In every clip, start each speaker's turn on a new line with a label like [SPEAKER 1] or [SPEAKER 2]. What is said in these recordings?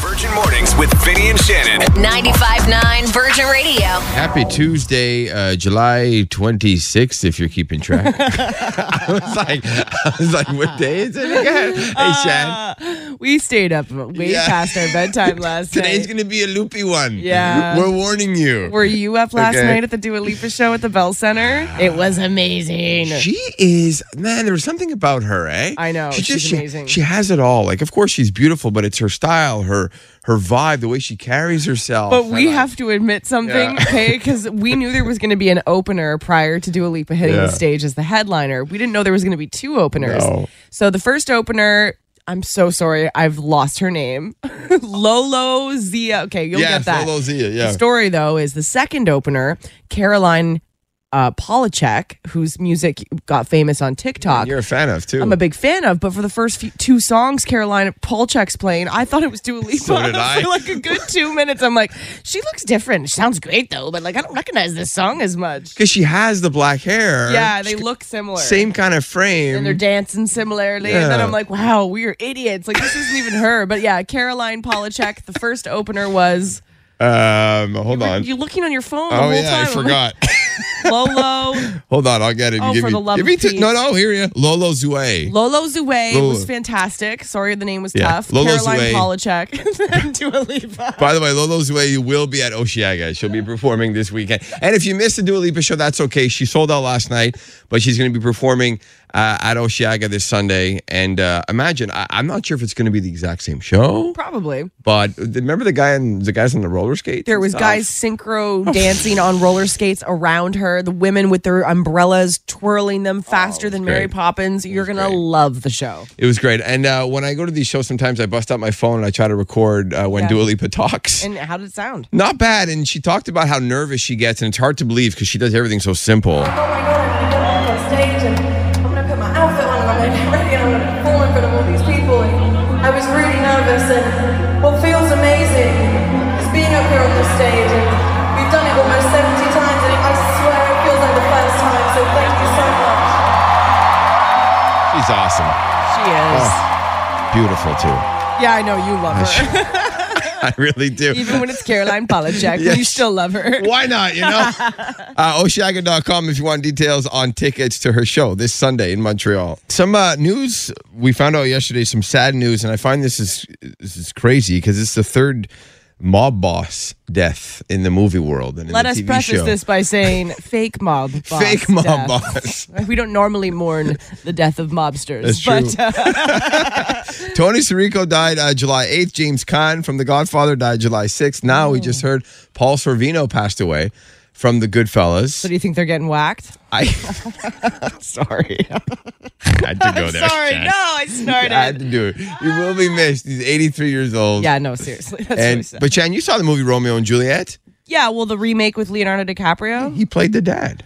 [SPEAKER 1] Virgin Mornings with Vinny and Shannon.
[SPEAKER 2] 95.9 Virgin Radio.
[SPEAKER 3] Happy Tuesday, uh, July 26th, if you're keeping track. I was like, I was like, what day is it again? Hey,
[SPEAKER 4] Uh,
[SPEAKER 3] Shan,
[SPEAKER 4] Ah, We stayed up way
[SPEAKER 3] Yeah.
[SPEAKER 4] past our bedtime last
[SPEAKER 3] today's
[SPEAKER 4] night.
[SPEAKER 3] going to be a loopy one.
[SPEAKER 4] Yeah.
[SPEAKER 3] We're warning you.
[SPEAKER 4] Were you up last
[SPEAKER 3] Okay.
[SPEAKER 4] night at the Dua Lipa show at the Bell Center? It was amazing.
[SPEAKER 3] she is, man, there was something about her, eh?
[SPEAKER 4] I know, she's
[SPEAKER 3] she-
[SPEAKER 4] amazing.
[SPEAKER 3] She, has it all. Like, of course, she's beautiful, but it's her style, her her vibe, the way she carries herself.
[SPEAKER 4] But we
[SPEAKER 3] And, like,
[SPEAKER 4] have to admit something,
[SPEAKER 3] Yeah.
[SPEAKER 4] okay? Because we knew there was going to be an opener prior to Dua Lipa hitting
[SPEAKER 3] Yeah.
[SPEAKER 4] the stage as the headliner. We didn't know there was going to be two openers.
[SPEAKER 3] No.
[SPEAKER 4] So the first opener, I'm so sorry, I've lost her name, Lolo Zia. Okay, you'll
[SPEAKER 3] yeah,
[SPEAKER 4] get that.
[SPEAKER 3] Lolo Zia, yeah.
[SPEAKER 4] The story, though, is the second opener, Caroline uh, Polachek, whose music got famous on TikTok.
[SPEAKER 3] You're a fan of, too.
[SPEAKER 4] I'm a big fan of, but for the first few, two songs Caroline Polachek's playing, I thought it was Dua Lipa
[SPEAKER 3] So did I.
[SPEAKER 4] for like a good two minutes. I'm like, she looks different. She sounds great though, but like I don't recognize this song as much.
[SPEAKER 3] Because she has the black hair.
[SPEAKER 4] Yeah,
[SPEAKER 3] She-
[SPEAKER 4] they look similar.
[SPEAKER 3] Same kind of frame.
[SPEAKER 4] And they're dancing similarly. And then
[SPEAKER 3] Yeah.
[SPEAKER 4] I'm like, wow, we are idiots. Like, this isn't even her. But yeah, Caroline Polachek, the first opener was.
[SPEAKER 3] Um, hold on.
[SPEAKER 4] You're looking on your phone the
[SPEAKER 3] oh
[SPEAKER 4] whole
[SPEAKER 3] yeah, I
[SPEAKER 4] time.
[SPEAKER 3] forgot.
[SPEAKER 4] Lolo,
[SPEAKER 3] hold on, I'll get it.
[SPEAKER 4] Oh,
[SPEAKER 3] give
[SPEAKER 4] for
[SPEAKER 3] me,
[SPEAKER 4] the love
[SPEAKER 3] give
[SPEAKER 4] of
[SPEAKER 3] me two-
[SPEAKER 4] Pete.
[SPEAKER 3] no, no, here you. Lolo Zue.
[SPEAKER 4] Lolo Zue
[SPEAKER 3] Lolo.
[SPEAKER 4] was fantastic. Sorry, the name was
[SPEAKER 3] Yeah,
[SPEAKER 4] tough.
[SPEAKER 3] Lolo Zouet.
[SPEAKER 4] Caroline Polachek, and Dua Lipa.
[SPEAKER 3] By the way, Lolo Zue will be at Oceaga. She'll be performing this weekend. And if you missed the Dua Lipa show, that's okay. She sold out last night, but she's going to be performing uh, at Oceaga this Sunday. And uh, imagine, I- I'm not sure if it's going to be the exact same show,
[SPEAKER 4] Probably.
[SPEAKER 3] but remember the guy on the guys on the roller skates?
[SPEAKER 4] There
[SPEAKER 3] and
[SPEAKER 4] was
[SPEAKER 3] stuff?
[SPEAKER 4] guys synchro dancing on roller skates around her. The women with their umbrellas twirling them faster than Mary
[SPEAKER 3] great.
[SPEAKER 4] Poppins. You're gonna
[SPEAKER 3] great.
[SPEAKER 4] love the show.
[SPEAKER 3] It was great. And uh, when I go to these shows, sometimes I bust out my phone and I try to record uh, when
[SPEAKER 4] Yeah.
[SPEAKER 3] Dua Lipa talks.
[SPEAKER 4] And how did it sound?
[SPEAKER 3] Not bad. And she talked about how nervous she gets, and it's hard to believe because she does everything so simple.
[SPEAKER 5] Oh my god, I'm gonna get up on stage and I'm gonna put my outfit on and I'm gonna get ready and I'm gonna perform in front of all these people. And I was really nervous and what feels amazing is being up here on this stage and we've done it almost 70 times and I swear it feels like the first time, so thank you so much.
[SPEAKER 3] She's awesome.
[SPEAKER 4] She is.
[SPEAKER 3] Oh. Beautiful, too.
[SPEAKER 4] Yeah, I know you love her.
[SPEAKER 3] I really do.
[SPEAKER 4] Even when it's Caroline Polachek,
[SPEAKER 3] Yes.
[SPEAKER 4] you still love her.
[SPEAKER 3] Why not, you know? uh, Oshaga.com if you want details on tickets to her show this Sunday in Montreal. Some uh, news we found out yesterday, some sad news, and I find this is, this is crazy because it's the third mob boss death in the movie world. And in
[SPEAKER 4] Let
[SPEAKER 3] the
[SPEAKER 4] us
[SPEAKER 3] TV
[SPEAKER 4] preface
[SPEAKER 3] show.
[SPEAKER 4] this by saying fake mob boss.
[SPEAKER 3] Fake mob
[SPEAKER 4] death.
[SPEAKER 3] boss.
[SPEAKER 4] We don't normally mourn the death of mobsters.
[SPEAKER 3] That's
[SPEAKER 4] but
[SPEAKER 3] true.
[SPEAKER 4] uh,
[SPEAKER 3] Tony Sirico died uh, July 8th. James Caan from The Godfather died July 6th. Now we
[SPEAKER 4] Oh.
[SPEAKER 3] just heard Paul Sorvino passed away from The Goodfellas.
[SPEAKER 4] so do you think they're getting whacked?
[SPEAKER 3] I sorry, I had to go there.
[SPEAKER 4] Sorry,
[SPEAKER 3] Shan.
[SPEAKER 4] no, I
[SPEAKER 3] I
[SPEAKER 4] snorted.
[SPEAKER 3] had to do it. You will be missed. He's 83 years old.
[SPEAKER 4] Yeah, no, seriously. That's really
[SPEAKER 3] And
[SPEAKER 4] sad.
[SPEAKER 3] but Chan, you saw the movie Romeo and Juliet.
[SPEAKER 4] yeah, well, the remake with Leonardo DiCaprio.
[SPEAKER 3] He played the dad.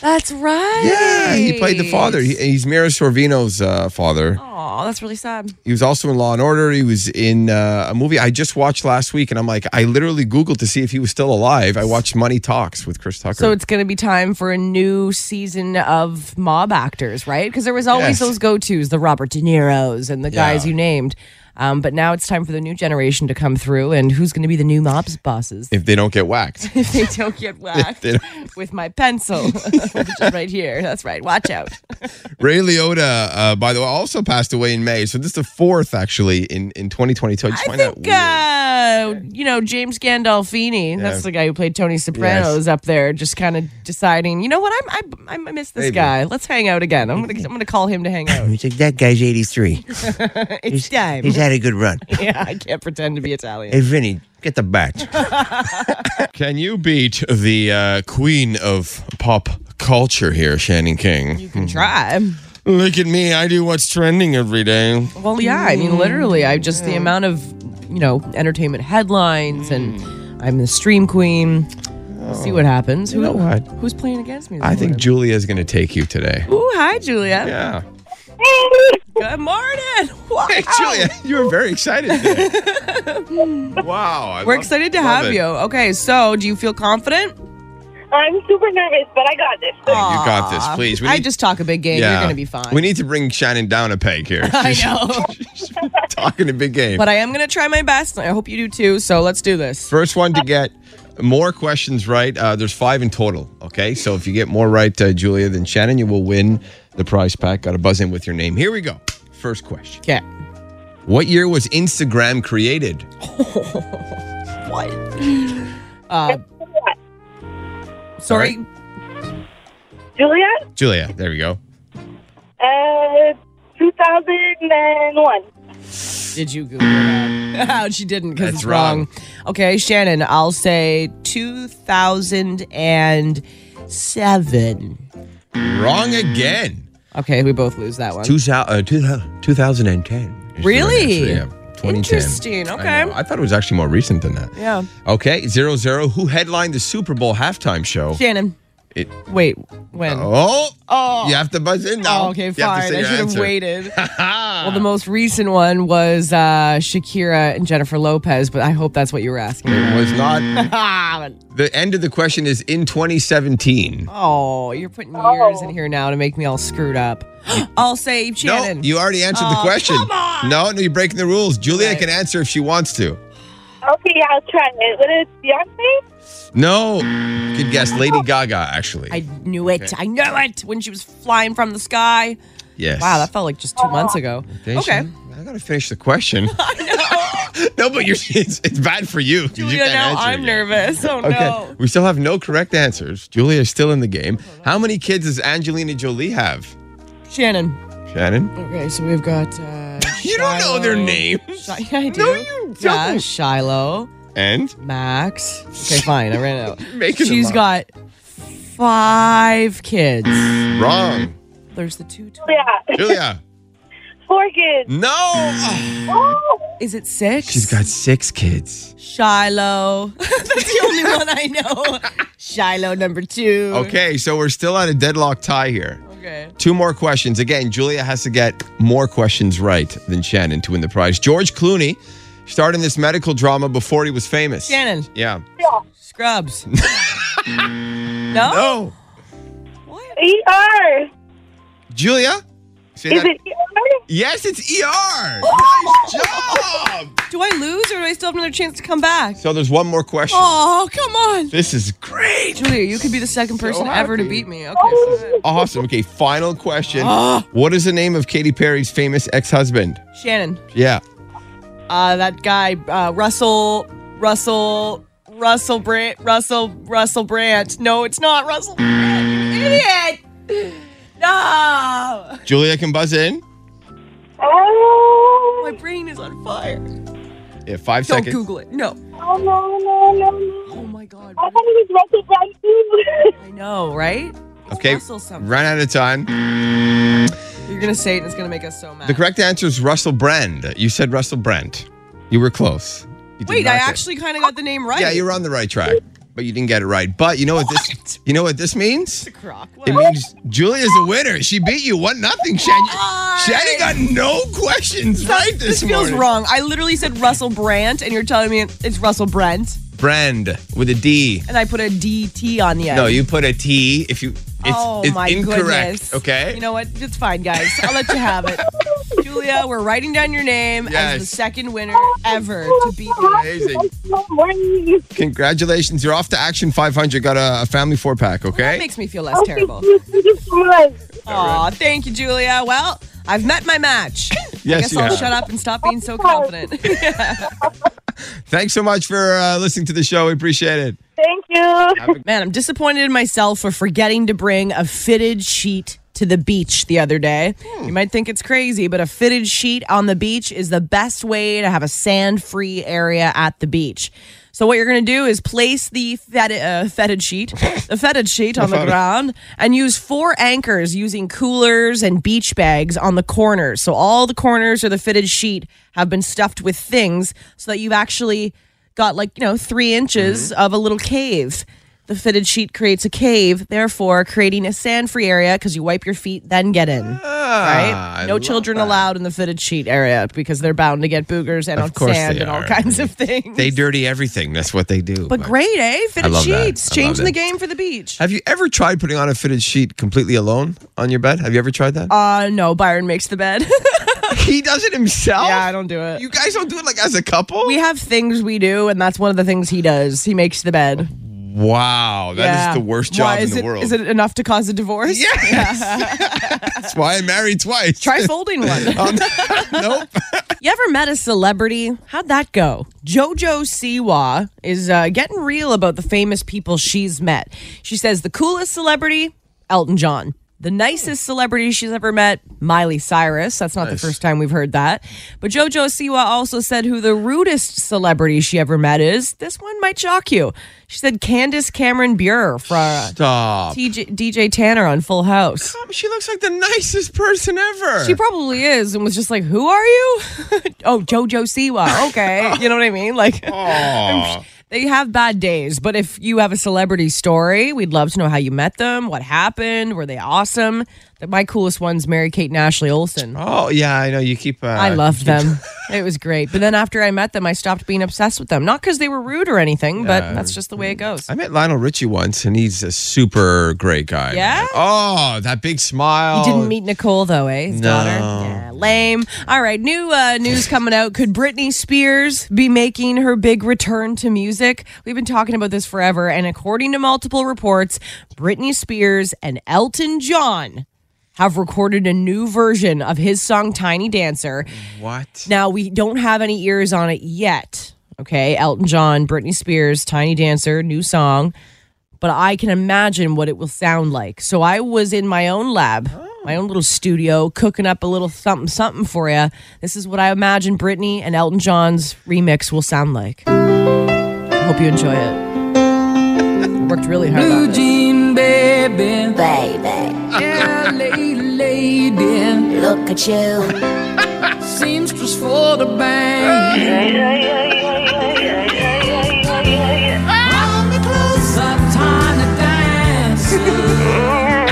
[SPEAKER 4] That's right.
[SPEAKER 3] Yeah, he played the father. He, he's Mira Sorvino's uh, father.
[SPEAKER 4] Oh, that's really sad.
[SPEAKER 3] He was also in Law and Order. He was in uh, a movie I just watched last week, and I'm like, I literally googled to see if he was still alive. I watched Money Talks with Chris Tucker.
[SPEAKER 4] So it's going to be time for a new season of mob actors, right? Because there was
[SPEAKER 3] Yes.
[SPEAKER 4] always those go-tos, the Robert De Niro's and the guys
[SPEAKER 3] Yeah.
[SPEAKER 4] you named. Um, but now it's time for the new generation to come through, and who's going to be the new mob's bosses?
[SPEAKER 3] if they don't get whacked,
[SPEAKER 4] If they don't get whacked
[SPEAKER 3] they don't-
[SPEAKER 4] with my pencil, which is right here. That's right. Watch out.
[SPEAKER 3] Ray Liotta, uh, by the way, also passed away in May. So this is the fourth actually in in 2022. I just
[SPEAKER 4] I
[SPEAKER 3] find
[SPEAKER 4] think
[SPEAKER 3] that
[SPEAKER 4] uh, you know James Gandolfini. That's the guy who played Tony Soprano.
[SPEAKER 3] Yes.
[SPEAKER 4] Is up there just kind of deciding. You know what? I'm, I I miss this
[SPEAKER 3] Maybe.
[SPEAKER 4] guy. Let's hang out again. I'm gonna I'm gonna call him to hang out.
[SPEAKER 6] He's like, that guy's 83.
[SPEAKER 4] it's time.
[SPEAKER 6] He's had a good run.
[SPEAKER 4] yeah, I can't pretend to be Italian.
[SPEAKER 6] Hey, Vinny, get the bat.
[SPEAKER 3] weird. Can you beat the uh, queen of pop culture here, Shannon King?
[SPEAKER 4] You can try.
[SPEAKER 3] Look at me. I do what's trending every day.
[SPEAKER 4] Well, yeah. I mean, literally, I just the amount of you know entertainment headlines
[SPEAKER 3] Mm.
[SPEAKER 4] and I'm the stream queen. We'll see what happens. Who,
[SPEAKER 3] know what?
[SPEAKER 4] Who's playing against me? this
[SPEAKER 3] Oh. I think
[SPEAKER 4] morning?
[SPEAKER 3] Julia's going to take you today.
[SPEAKER 4] Ooh, hi, Julia.
[SPEAKER 3] Yeah.
[SPEAKER 4] Good morning. Wow.
[SPEAKER 3] Hey, Julia, you were very excited today. wow. I
[SPEAKER 4] We're
[SPEAKER 3] love-
[SPEAKER 4] excited to
[SPEAKER 3] love
[SPEAKER 4] have
[SPEAKER 3] it.
[SPEAKER 4] you. Okay, so do you feel confident?
[SPEAKER 7] I'm super nervous, but I got this.
[SPEAKER 3] You got this, please. We
[SPEAKER 4] I
[SPEAKER 3] need-
[SPEAKER 4] just talk a big game. You're going to be fine.
[SPEAKER 3] We need to bring Shannon down a peg here.
[SPEAKER 4] I know.
[SPEAKER 3] She's talking a big game.
[SPEAKER 4] but I am going to try my best. and I hope you do too. So let's do this.
[SPEAKER 3] First one to get more questions right. Uh, there's five in total. Okay, so if you get more right, uh, Julia, than Shannon, you will win the prize pack. Got to buzz in with your name. Here we go. First question:
[SPEAKER 4] Okay.
[SPEAKER 3] What year was Instagram created?
[SPEAKER 4] What? Uh, sorry.
[SPEAKER 7] Julia,
[SPEAKER 3] Julia, there we go.
[SPEAKER 7] uh, 2001.
[SPEAKER 4] Did you Google that? she didn't because
[SPEAKER 3] That's
[SPEAKER 4] it's wrong. Okay, Shannon, I'll say 2007.
[SPEAKER 3] Wrong again.
[SPEAKER 4] Okay, we both lose that one.
[SPEAKER 6] Two, thou- uh, two, thou- 2010.
[SPEAKER 3] Is
[SPEAKER 4] Really?
[SPEAKER 3] the answer, yeah. 2010.
[SPEAKER 4] Interesting,
[SPEAKER 3] I
[SPEAKER 4] okay.
[SPEAKER 3] know. I, thought it was actually more recent than that.
[SPEAKER 4] Yeah.
[SPEAKER 3] Okay. Zero zero. Who headlined the Super Bowl halftime show?
[SPEAKER 4] Shannon.
[SPEAKER 3] It-
[SPEAKER 4] Wait, when?
[SPEAKER 3] Oh.
[SPEAKER 4] Oh.
[SPEAKER 3] You have to buzz in now.
[SPEAKER 4] Oh, okay,
[SPEAKER 3] You have to
[SPEAKER 4] fine.
[SPEAKER 3] say
[SPEAKER 4] I
[SPEAKER 3] your
[SPEAKER 4] should have
[SPEAKER 3] answer.
[SPEAKER 4] waited. well, the most recent one was uh, Shakira and Jennifer Lopez, but I hope that's what you were asking.
[SPEAKER 3] It was not.
[SPEAKER 4] Ah,
[SPEAKER 3] the end of the question is in 2017.
[SPEAKER 4] oh, you're putting years in here now to make me all screwed up. I'll say Shannon.
[SPEAKER 3] No, you already answered the
[SPEAKER 4] Oh,
[SPEAKER 3] question.
[SPEAKER 4] come on.
[SPEAKER 3] No, no, you're breaking the rules. Julia
[SPEAKER 4] Right.
[SPEAKER 3] can answer if she wants to.
[SPEAKER 7] Okay, I'll try it. What is Beyonce?
[SPEAKER 3] No, good guess. Lady Gaga, actually.
[SPEAKER 4] I knew it. I knew it when she was flying from the sky.
[SPEAKER 3] yes.
[SPEAKER 4] Wow, that felt like just two months ago.
[SPEAKER 3] Thank
[SPEAKER 4] okay.
[SPEAKER 3] you. I gotta finish the question. no, but you're, it's, it's bad for you. 'cause you
[SPEAKER 4] Julia,
[SPEAKER 3] can't
[SPEAKER 4] now
[SPEAKER 3] answer
[SPEAKER 4] I'm
[SPEAKER 3] again.
[SPEAKER 4] nervous. Oh,
[SPEAKER 3] Okay,
[SPEAKER 4] no.
[SPEAKER 3] we still have no correct answers. Julia is still in the game. How many kids does Angelina Jolie have?
[SPEAKER 4] Shannon.
[SPEAKER 3] Shannon.
[SPEAKER 4] Okay, so we've got. Uh,
[SPEAKER 3] You don't know their
[SPEAKER 4] Shiloh.
[SPEAKER 3] names.
[SPEAKER 4] Shi- yeah, I do.
[SPEAKER 3] No, you
[SPEAKER 4] Yeah,
[SPEAKER 3] don't.
[SPEAKER 4] Shiloh,
[SPEAKER 3] And
[SPEAKER 4] Max. Okay, fine. I ran out.
[SPEAKER 3] making them
[SPEAKER 4] She's
[SPEAKER 3] up.
[SPEAKER 4] got five kids.
[SPEAKER 3] wrong.
[SPEAKER 4] There's the two. tw-
[SPEAKER 7] Yeah,
[SPEAKER 3] Julia.
[SPEAKER 7] four kids.
[SPEAKER 3] No.
[SPEAKER 7] Oh,
[SPEAKER 4] Is it six?
[SPEAKER 3] She's got six kids.
[SPEAKER 4] Shiloh. That's the only one I know. Shiloh number two.
[SPEAKER 3] Okay, so we're still on a deadlock tie here.
[SPEAKER 4] Okay.
[SPEAKER 3] Two more questions. Again, Julia has to get more questions right than Shannon to win the prize. George Clooney starred in this medical drama before he was famous.
[SPEAKER 4] Shannon.
[SPEAKER 3] Yeah.
[SPEAKER 4] Scrubs. no?
[SPEAKER 3] Oh,
[SPEAKER 4] What?
[SPEAKER 7] ER.
[SPEAKER 3] Julia? Say
[SPEAKER 7] Is
[SPEAKER 3] that-
[SPEAKER 7] it Oh! ER?
[SPEAKER 3] Yes, it's ER. nice job.
[SPEAKER 4] Do I lose or do I still have another chance to come back?
[SPEAKER 3] So there's one more question.
[SPEAKER 4] Oh, come on.
[SPEAKER 3] This is great.
[SPEAKER 4] Julia, you could be the second person ever to
[SPEAKER 3] happy. Oh.
[SPEAKER 4] beat me. Okay. so good.
[SPEAKER 3] Awesome. Okay, final question.
[SPEAKER 4] Ah.
[SPEAKER 3] What is the name of Katy Perry's famous ex-husband?
[SPEAKER 4] Shannon.
[SPEAKER 3] Yeah.
[SPEAKER 4] Uh, that guy, uh, Russell, Russell, Russell Brand, Russell, Russell Brandt. No, it's not Russell Brandt, you idiot. No.
[SPEAKER 3] Julia can buzz in.
[SPEAKER 7] Oh,
[SPEAKER 4] My brain is on fire.
[SPEAKER 3] Yeah, five
[SPEAKER 4] Don't
[SPEAKER 3] seconds.
[SPEAKER 4] Google it. No.
[SPEAKER 7] oh no, no, no, no.
[SPEAKER 4] Oh my God.
[SPEAKER 7] I thought it was Russell Brand too.
[SPEAKER 4] I know, right? It's
[SPEAKER 3] Okay.
[SPEAKER 4] Russell something.
[SPEAKER 3] Ran out of time.
[SPEAKER 4] You're going to say it and it's going to make us so mad.
[SPEAKER 3] The correct answer is Russell Brand. You said Russell Brand. You were close. You did
[SPEAKER 4] Wait,
[SPEAKER 3] not
[SPEAKER 4] I
[SPEAKER 3] get-
[SPEAKER 4] actually kind of got the name right.
[SPEAKER 3] Yeah, you're on the right track, but you didn't get it right. But you know what this? You know what this means?
[SPEAKER 4] Croc.
[SPEAKER 3] It
[SPEAKER 4] What?
[SPEAKER 3] means Julia's the winner. She beat you one nothing. Shannon.
[SPEAKER 4] on.
[SPEAKER 3] Shannon got no questions right this,
[SPEAKER 4] this feels
[SPEAKER 3] morning.
[SPEAKER 4] wrong. I literally said Russell Brandt, and you're telling me it's Russell Brent,
[SPEAKER 3] Brand with a D.
[SPEAKER 4] and I put a DT on the end.
[SPEAKER 3] No, you put a T. If you, it's,
[SPEAKER 4] oh
[SPEAKER 3] it's
[SPEAKER 4] my
[SPEAKER 3] incorrect.
[SPEAKER 4] goodness.
[SPEAKER 3] Okay.
[SPEAKER 4] You know what? It's fine, guys. I'll let you have it. Julia, we're writing down your name
[SPEAKER 3] Yes.
[SPEAKER 4] as the second winner ever to beat me.
[SPEAKER 3] Amazing.
[SPEAKER 7] No worries.
[SPEAKER 3] Congratulations. You're off to Action 500. Got a, a family four pack.
[SPEAKER 4] That
[SPEAKER 3] Okay.
[SPEAKER 4] makes me feel less
[SPEAKER 7] Oh, thank
[SPEAKER 4] terrible.
[SPEAKER 7] you, thank you so much.
[SPEAKER 4] Aw, thank you, Julia. Well, I've met my match. I
[SPEAKER 3] Yes,
[SPEAKER 4] guess
[SPEAKER 3] you
[SPEAKER 4] I'll
[SPEAKER 3] have.
[SPEAKER 4] shut up and stop being so confident.
[SPEAKER 3] Thanks so much for uh, listening to the show. We appreciate it.
[SPEAKER 7] Thank you.
[SPEAKER 4] Man, I'm disappointed in myself for forgetting to bring a fitted sheet to the beach the other day. You might think it's crazy, but a fitted sheet on the beach is the best way to have a sand free area at the beach. So, what you're going to do is place the fetid, uh, fetid sheet, the fetid sheet on the ground, and use four anchors using coolers and beach bags on the corners. So, all the corners of the fitted sheet have been stuffed with things so that you've actually got like, you know, three inches
[SPEAKER 3] Mm-hmm.
[SPEAKER 4] of a little cave. The fitted sheet creates a cave, therefore creating a sand free area because you wipe your feet, then get in.
[SPEAKER 3] Ah,
[SPEAKER 4] right?
[SPEAKER 3] I
[SPEAKER 4] No
[SPEAKER 3] love
[SPEAKER 4] children
[SPEAKER 3] that.
[SPEAKER 4] allowed in the fitted sheet area because they're bound to get boogers and
[SPEAKER 3] Of
[SPEAKER 4] on
[SPEAKER 3] course
[SPEAKER 4] sand
[SPEAKER 3] they
[SPEAKER 4] and all
[SPEAKER 3] are.
[SPEAKER 4] kinds of things.
[SPEAKER 3] They dirty everything. That's what they do.
[SPEAKER 4] But great, eh? Fitted
[SPEAKER 3] love that. I
[SPEAKER 4] sheets,
[SPEAKER 3] love
[SPEAKER 4] changing
[SPEAKER 3] it.
[SPEAKER 4] the game for the beach.
[SPEAKER 3] Have you ever tried putting on a fitted sheet completely alone on your bed? Have you ever tried that?
[SPEAKER 4] Uh no, Byron makes the bed.
[SPEAKER 3] he does it himself.
[SPEAKER 4] yeah, I don't do it.
[SPEAKER 3] You guys don't do it like as a couple.
[SPEAKER 4] we have things we do, and that's one of the things he does. He makes the bed.
[SPEAKER 3] wow, that is
[SPEAKER 4] Yeah.
[SPEAKER 3] the worst
[SPEAKER 4] Why
[SPEAKER 3] job in
[SPEAKER 4] is
[SPEAKER 3] the
[SPEAKER 4] it-
[SPEAKER 3] world.
[SPEAKER 4] Is it enough to cause a divorce?
[SPEAKER 3] Yes. That's why I married twice.
[SPEAKER 4] Try folding one.
[SPEAKER 3] Um, nope.
[SPEAKER 4] You ever met a celebrity? How'd that go? JoJo Siwa is uh, getting real about the famous people she's met. She says the coolest celebrity, Elton John. The nicest celebrity she's ever met, Miley Cyrus. That's not the first time we've heard that. But JoJo Siwa also said who the rudest celebrity she ever met is. This one might shock you. She said Candace Cameron Bure from
[SPEAKER 3] Stop.
[SPEAKER 4] TJ, DJ Tanner on Full House.
[SPEAKER 3] She looks like the nicest person ever.
[SPEAKER 4] She probably is and was just like, Who are you? oh, JoJo Siwa. Okay. you know what I mean? Like,
[SPEAKER 3] Oh. Aw.
[SPEAKER 4] they have bad days, but if you have a celebrity story, we'd love to know how you met them, what happened, were they awesome? The- My coolest one's Mary Kate and Ashley Olsen.
[SPEAKER 3] Oh yeah, I know. You keep. Uh,
[SPEAKER 4] I loved them. It was great. But then after I met them, I stopped being obsessed with them. Not because they were rude or anything, but that's just the way it goes.
[SPEAKER 3] I met Lionel Richie once, and he's a super great guy.
[SPEAKER 4] Yeah?
[SPEAKER 3] man. Oh, that big smile.
[SPEAKER 4] You didn't meet Nicole though, eh? His
[SPEAKER 3] No.
[SPEAKER 4] daughter. Yeah, lame. All right, new uh, news coming out. Could Britney Spears be making her big return to music? We've been talking about this forever, and according to multiple reports, Britney Spears and Elton John have recorded a new version of his song "Tiny Dancer."
[SPEAKER 3] What?
[SPEAKER 4] Now we don't have any ears on it yet. Okay, Elton John, Britney Spears, Tiny Dancer, new song. But I can imagine what it will sound like. So I was in my own lab, my own little studio, cooking up a little something something for you. This is what I imagine Britney and Elton John's remix will sound like. I hope you enjoy it. I worked really hard. on this.
[SPEAKER 8] Baby,
[SPEAKER 9] Yeah, lady, lady,
[SPEAKER 8] look at you.
[SPEAKER 9] seamstress for the bank. On the close up time to dance. Round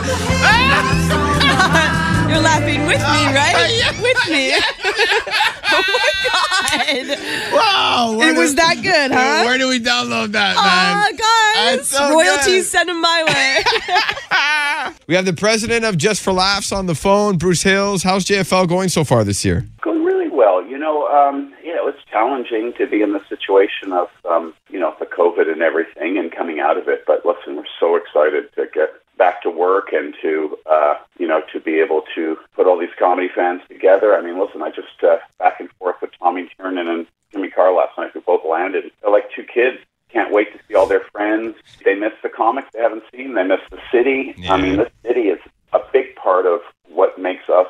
[SPEAKER 9] the head, on the
[SPEAKER 4] You're laughing with me, right? With me. oh my god.
[SPEAKER 3] Wow. where
[SPEAKER 4] It
[SPEAKER 3] do-
[SPEAKER 4] was that good, huh?
[SPEAKER 3] Where do we download that,
[SPEAKER 4] Ah,
[SPEAKER 3] man?
[SPEAKER 4] guys,
[SPEAKER 3] That's so
[SPEAKER 4] royalties
[SPEAKER 3] good.
[SPEAKER 4] send them my way.
[SPEAKER 3] We have the president of Just for Laughs on the phone, Bruce Hills. How's JFL going so far this year?
[SPEAKER 10] Going really well. You know, um, yeah, it was challenging to be in the situation of, um, you know, the COVID and everything and coming out of it. But listen, we're so excited to get back to work and to, uh, you know, to be able to put all these comedy fans together. I mean, listen, I just uh, back and forth with Tommy Tiernan and Jimmy Carr last night, who both landed. They're like two kids. Can't wait to see all their friends. They miss the comics they haven't seen. They miss the city. I mean, the city is a big part of what makes us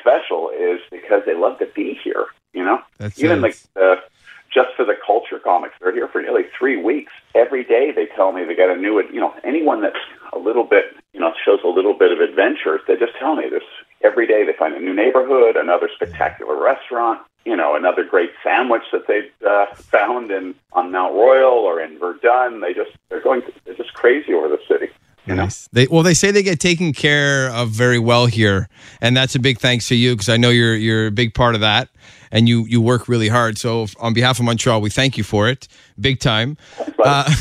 [SPEAKER 10] special is because they love to be here. You know,
[SPEAKER 3] That's
[SPEAKER 10] even like
[SPEAKER 3] nice.
[SPEAKER 10] the just for the culture comics, they're here for nearly three weeks. Every day they tell me they got a new. You know, anyone that's a little bit, you know, shows a little bit of adventure, they just tell me this. Every day they find a new neighborhood, another spectacular restaurant. You know, another great sandwich that they uh, found in on Mount Royal or in Verdun. They just they're going. They're just crazy over the city. You know.
[SPEAKER 3] Nice. They, well, they say they get taken care of very well here, and that's a big thanks to you because I know you're you're a big part of that, and you you work really hard. So f- on behalf of Montreal, we thank you for it, big time. Uh,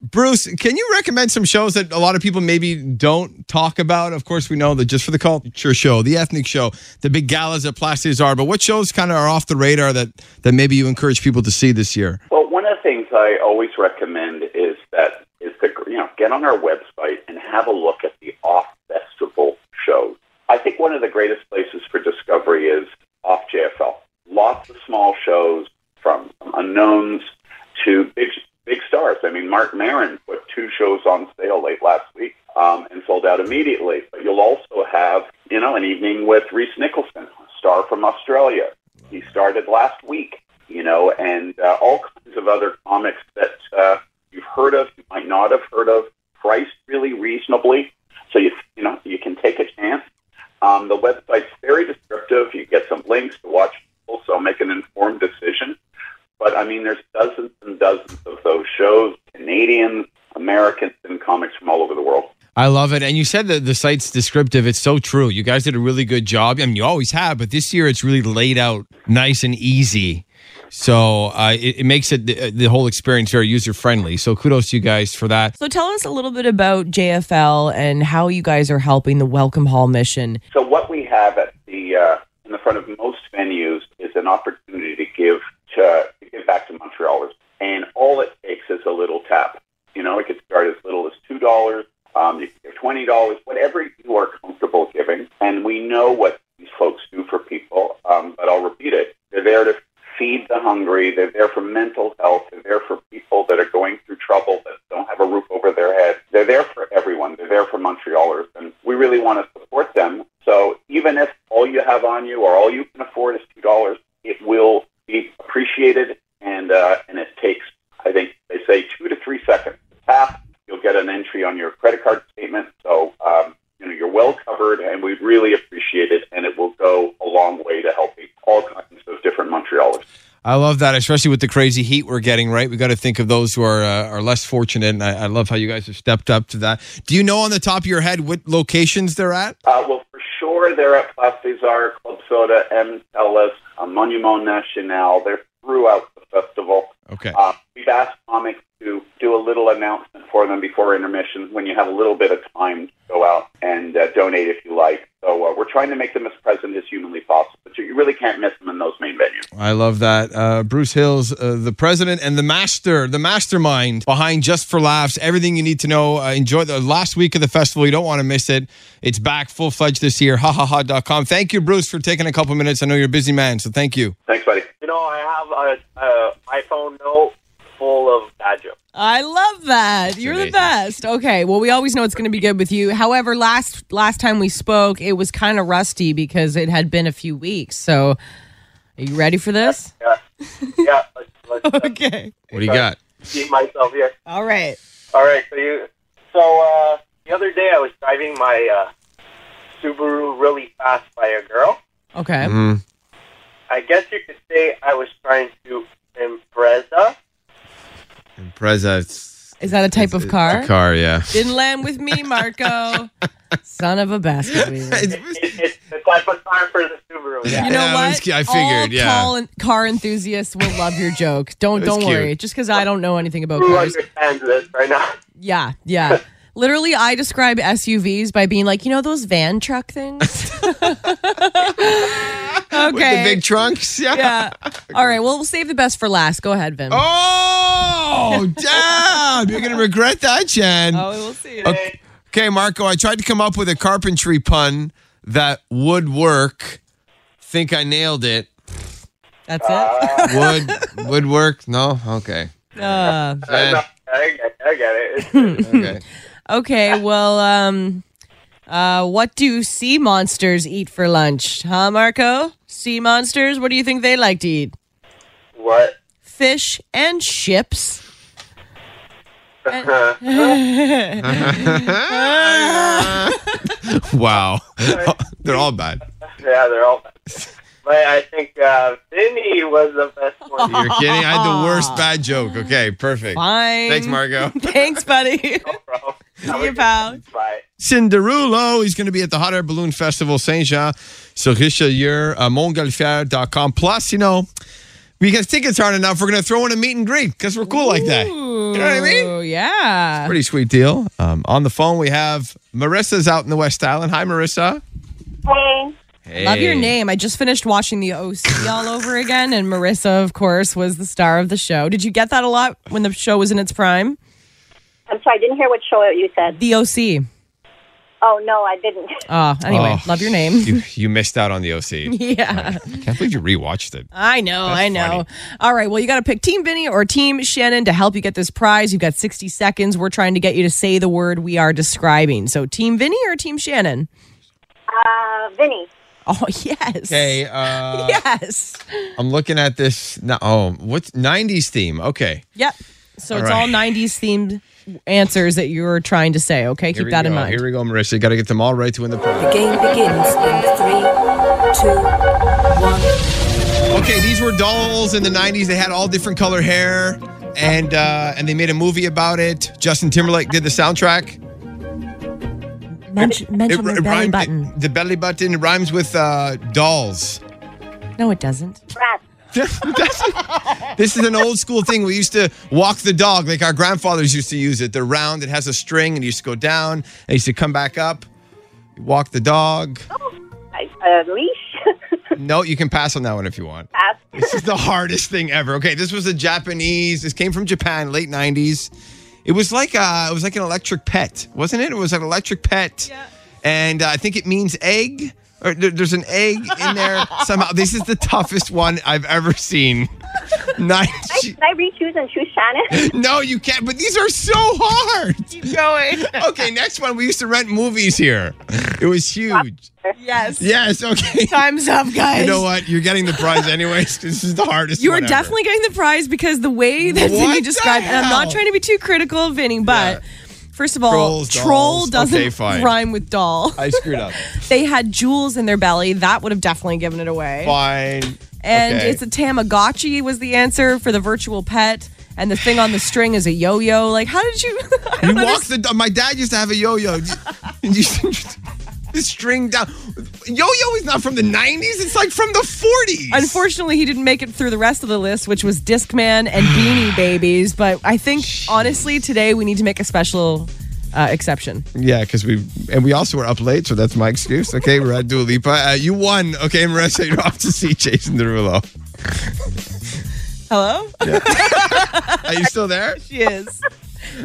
[SPEAKER 3] Bruce, can you recommend some shows that a lot of people maybe don't talk about? Of course, we know the Just for the Culture show, the Ethnic show, the big galas at Plastics are, but what shows kind of are off the radar that that maybe you encourage people to see this year?
[SPEAKER 10] Well, one of the things I always recommend is that is to you know get on our website and have a look at the off festival shows. I think one of the greatest places for discovery is off JFL. Lots of small shows from unknowns to big big stars. I mean, Mark Maron put two shows on sale late last week um, and sold out immediately. But you'll also have you know an evening with Reese Nicholson, a star from Australia. He started last week you know, and uh, all kinds of other comics that uh, you've heard of, you might not have heard of, priced really reasonably, so you you know you can take a chance. Um, the website's very descriptive. You get some links to watch people, so make an informed decision. But I mean, there's dozens and dozens of those shows, Canadians, Americans, and comics from all over the world.
[SPEAKER 8] I love it. And you said that the site's descriptive. It's so true. You guys did a really good job. I mean, you always have, but this year it's really laid out nice and easy. So uh, it, it makes it the, the whole experience very user friendly. So kudos to you guys for that.
[SPEAKER 4] So tell us a little bit about JFL and how you guys are helping the Welcome Hall mission.
[SPEAKER 10] So what we have at the uh, in the front of most venues is an opportunity to give to, to give back to Montrealers, and all it takes is a little tap. You know, it could start as little as two dollars. Um, you can give twenty dollars, whatever you are comfortable giving. And we know what these folks do for people, um, but I'll repeat it: they're there to feed the hungry. They're there for mental health. They're there for people that are going through trouble that don't have a roof over their head. They're there for everyone. They're there for Montrealers, and we really want to support them. So even if all you have on you or all you can afford is two dollars, it will be appreciated, and uh, and it takes, I think they say, two to three seconds to tap. You'll get an entry on your credit card statement, so um, you know you're well covered, and we really appreciate it, and it will go a long way to helping all kinds of different Montrealers.
[SPEAKER 8] I love that, especially with the crazy heat we're getting. Right, we got to think of those who are uh, are less fortunate, and I, I love how you guys have stepped up to that. Do you know on the top of your head what locations they're at?
[SPEAKER 10] Uh, well, for sure, they're at Place des Arts, Club Soda, M. Ellis, uh, Monument National. They're throughout the festival.
[SPEAKER 8] Okay.
[SPEAKER 10] Uh, we've asked comics to do a little announcement for them before intermission when you have a little bit of time to go out and uh, donate if you like. So uh, we're trying to make them as present as humanly possible, but you- you really can't miss them in those main venues.
[SPEAKER 8] I love that. Uh, Bruce Hills, uh, the president and the master, the mastermind behind Just for Laughs. Everything you need to know. Uh, enjoy the last week of the festival. You don't want to miss it. It's back full fledged this year. Ha ha ha dot com. Thank you, Bruce, for taking a couple minutes. I know you're a busy man, so thank you.
[SPEAKER 10] Thanks, buddy.
[SPEAKER 11] You know, I have a, a iPhone note full of bad jokes.
[SPEAKER 4] I love that. You're the best. Okay. Well, we always know it's going to be good with you. However, last last time we spoke, it was kind of rusty because it had been a few weeks. So, are you ready for this?
[SPEAKER 11] Yeah, yeah. Let's, let's uh,
[SPEAKER 4] Okay.
[SPEAKER 3] What do you got?
[SPEAKER 11] keep myself here.
[SPEAKER 4] All right.
[SPEAKER 11] All right. So you. So uh, the other day, I was driving my uh, Subaru really fast by a girl.
[SPEAKER 4] Okay.
[SPEAKER 3] Mm.
[SPEAKER 11] I guess you could say I was trying to impress her.
[SPEAKER 3] Impreza. It's
[SPEAKER 4] Is that a type of
[SPEAKER 3] a
[SPEAKER 4] car?
[SPEAKER 3] car, yeah.
[SPEAKER 4] Didn't land with me, Marco. Son of a basket weaver.
[SPEAKER 11] It, it's the type of time for the Subaru.
[SPEAKER 4] You know
[SPEAKER 3] Yeah,
[SPEAKER 4] what?
[SPEAKER 3] it was cute. I figured,
[SPEAKER 4] All
[SPEAKER 3] yeah.
[SPEAKER 4] Car, car enthusiasts will love your joke. Don't
[SPEAKER 3] It was
[SPEAKER 4] don't worry.
[SPEAKER 3] cute.
[SPEAKER 4] Just because I don't know anything about
[SPEAKER 11] Who
[SPEAKER 4] cars.
[SPEAKER 11] understands this right now?
[SPEAKER 4] Yeah, yeah. Literally, I describe SUVs by being like, you know, those van truck things. okay.
[SPEAKER 3] With the big trunks, yeah.
[SPEAKER 4] yeah. All right. Well, we'll save the best for last. Go ahead, Vin.
[SPEAKER 3] Oh, damn! You're gonna regret that, Jen.
[SPEAKER 4] we'll see.
[SPEAKER 3] Okay, okay, Marco, I tried to come up with a carpentry pun that would work. Think I nailed it.
[SPEAKER 4] That's it.
[SPEAKER 3] Would would work? No? Okay.
[SPEAKER 4] Uh,
[SPEAKER 3] Jen,
[SPEAKER 11] I get, I get it. It's-
[SPEAKER 3] okay.
[SPEAKER 4] okay. Well, um, uh, what do sea monsters eat for lunch? Huh, Marco? Sea monsters. What do you think they like to eat?
[SPEAKER 11] what?
[SPEAKER 4] Fish and ships.
[SPEAKER 3] Wow. They're all bad.
[SPEAKER 11] Yeah, they're all. But I think uh, Vinny was the best one.
[SPEAKER 3] You're kidding? I had the worst bad joke. Okay, perfect.
[SPEAKER 4] Fine.
[SPEAKER 3] Thanks, Margo.
[SPEAKER 4] Thanks, buddy.
[SPEAKER 11] bro.
[SPEAKER 4] See you, pal.
[SPEAKER 11] Bye.
[SPEAKER 3] Cinderulo. He's going to be at the Hot Air Balloon Festival, Saint Jean, sur Richelieu, uh, montgolfier.com. Plus, you know, because tickets aren't enough, we're going to throw in a meet and greet because we're cool like that.
[SPEAKER 4] Ooh,
[SPEAKER 3] know what I mean?
[SPEAKER 4] Yeah.
[SPEAKER 3] Pretty sweet deal. Um, on the phone, we have Marissa's out in the West Island. Hi, Marissa.
[SPEAKER 7] Hey.
[SPEAKER 3] Hey.
[SPEAKER 4] Love your name. I just finished watching the OC all over again, and Marissa, of course, was the star of the show. Did you get that a lot when the show was in its prime?
[SPEAKER 7] I'm sorry, I didn't hear what show you said.
[SPEAKER 4] The OC.
[SPEAKER 7] Oh, no, I didn't.
[SPEAKER 4] Uh, anyway,
[SPEAKER 3] Oh,
[SPEAKER 4] love your name.
[SPEAKER 3] You, you missed out on the OC.
[SPEAKER 4] yeah.
[SPEAKER 3] I can't believe you rewatched it.
[SPEAKER 4] I know,
[SPEAKER 3] That's
[SPEAKER 4] I know.
[SPEAKER 3] funny.
[SPEAKER 4] All right, well, you got to pick Team Vinny or Team Shannon to help you get this prize. You've got 60 seconds. We're trying to get you to say the word we are describing. So, Team Vinny or Team Shannon?
[SPEAKER 7] Uh, Vinny.
[SPEAKER 4] Oh, yes.
[SPEAKER 3] Okay, uh,
[SPEAKER 4] Yes.
[SPEAKER 3] I'm looking at this. No, oh, what's 90s theme? Okay.
[SPEAKER 4] Yep. So
[SPEAKER 3] All
[SPEAKER 4] it's
[SPEAKER 3] right.
[SPEAKER 4] all 90s themed answers that you're trying to say, okay?
[SPEAKER 3] Here
[SPEAKER 4] Keep
[SPEAKER 3] we
[SPEAKER 4] that in
[SPEAKER 3] go.
[SPEAKER 4] mind.
[SPEAKER 3] Here we go, Marissa. You got to get them all right to win the prize.
[SPEAKER 12] The game begins in three, two, one.
[SPEAKER 3] Okay, these were dolls in the '90s. They had all different color hair, and uh, and they made a movie about it. Justin Timberlake did the soundtrack.
[SPEAKER 4] Mention, mention the belly
[SPEAKER 3] rhymed-
[SPEAKER 4] button.
[SPEAKER 3] the belly button rhymes with uh, dolls.
[SPEAKER 4] No, it doesn't.
[SPEAKER 3] This is an old school thing. We used to walk the dog, like our grandfathers used to use it. They're round, it has a string, and you just go down, and you to come back up, walk the dog.
[SPEAKER 7] A uh, leash?
[SPEAKER 3] No, you can pass on that one if you want.
[SPEAKER 7] Pass.
[SPEAKER 3] This is the hardest thing ever. Okay, this was a Japanese. This came from Japan, late '90s. It was like uh, it was like an electric pet, wasn't it? It was an electric pet, and uh, I think it means egg. Or there- there's an egg in there somehow. This is the toughest one I've ever seen. Nine.
[SPEAKER 7] Can I re-choose and choose Shannon?
[SPEAKER 3] No, you can't. But these are so hard.
[SPEAKER 4] Keep going.
[SPEAKER 3] Okay, next one. We used to rent movies here. It was huge.
[SPEAKER 4] Yes.
[SPEAKER 3] Yes. Okay.
[SPEAKER 4] Time's up, guys.
[SPEAKER 3] You know what? You're getting the prize anyways. 'cause This is the hardest.
[SPEAKER 4] You are
[SPEAKER 3] one ever.
[SPEAKER 4] definitely getting the prize because the way that
[SPEAKER 3] What
[SPEAKER 4] Vinny
[SPEAKER 3] the
[SPEAKER 4] described, and I'm
[SPEAKER 3] hell?
[SPEAKER 4] not trying to be too critical of Vinny, but first of all,
[SPEAKER 3] Trolls,
[SPEAKER 4] troll
[SPEAKER 3] dolls.
[SPEAKER 4] doesn't
[SPEAKER 3] Okay, fine.
[SPEAKER 4] rhyme with doll.
[SPEAKER 3] I screwed up.
[SPEAKER 4] they had jewels in their belly. That would have definitely given it away.
[SPEAKER 3] Fine.
[SPEAKER 4] And
[SPEAKER 3] Okay.
[SPEAKER 4] it's a Tamagotchi was the answer for the virtual pet. And the thing on the string is a yo-yo. Like, how did you? I
[SPEAKER 3] You
[SPEAKER 4] don't
[SPEAKER 3] walk the dog. My dad used to have a yo-yo. You- you the string down. Yo-yo is not from the '90s. It's like from the '40s.
[SPEAKER 4] Unfortunately, he didn't make it through the rest of the list, which was Discman and Beanie Babies. But I think, honestly, today we need to make a special uh, exception.
[SPEAKER 3] yeah, because we and we also were up late, so that's my excuse. Okay, we're at Dua Lipa. Uh, you won. Okay, Marissa, you're off to see Jason Derulo.
[SPEAKER 4] Hello?
[SPEAKER 3] Are you still there?
[SPEAKER 4] She is.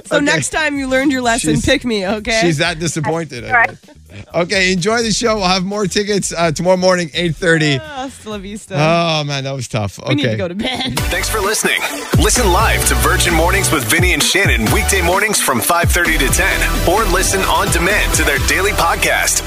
[SPEAKER 4] So
[SPEAKER 3] Okay.
[SPEAKER 4] next time you learned your lesson,
[SPEAKER 3] She's-
[SPEAKER 4] pick me, okay?
[SPEAKER 3] She's that disappointed. I
[SPEAKER 7] Right.
[SPEAKER 3] guess. Okay, enjoy the show. We'll have more tickets uh, tomorrow morning, eight thirty.
[SPEAKER 4] Ah, hasta la vista.
[SPEAKER 3] Oh man, that was tough. Okay.
[SPEAKER 4] we need to go to bed.
[SPEAKER 1] Thanks for listening. Listen live to Virgin Mornings with Vinny and Shannon weekday mornings from 5:30 to 10 or listen on demand to their daily podcast.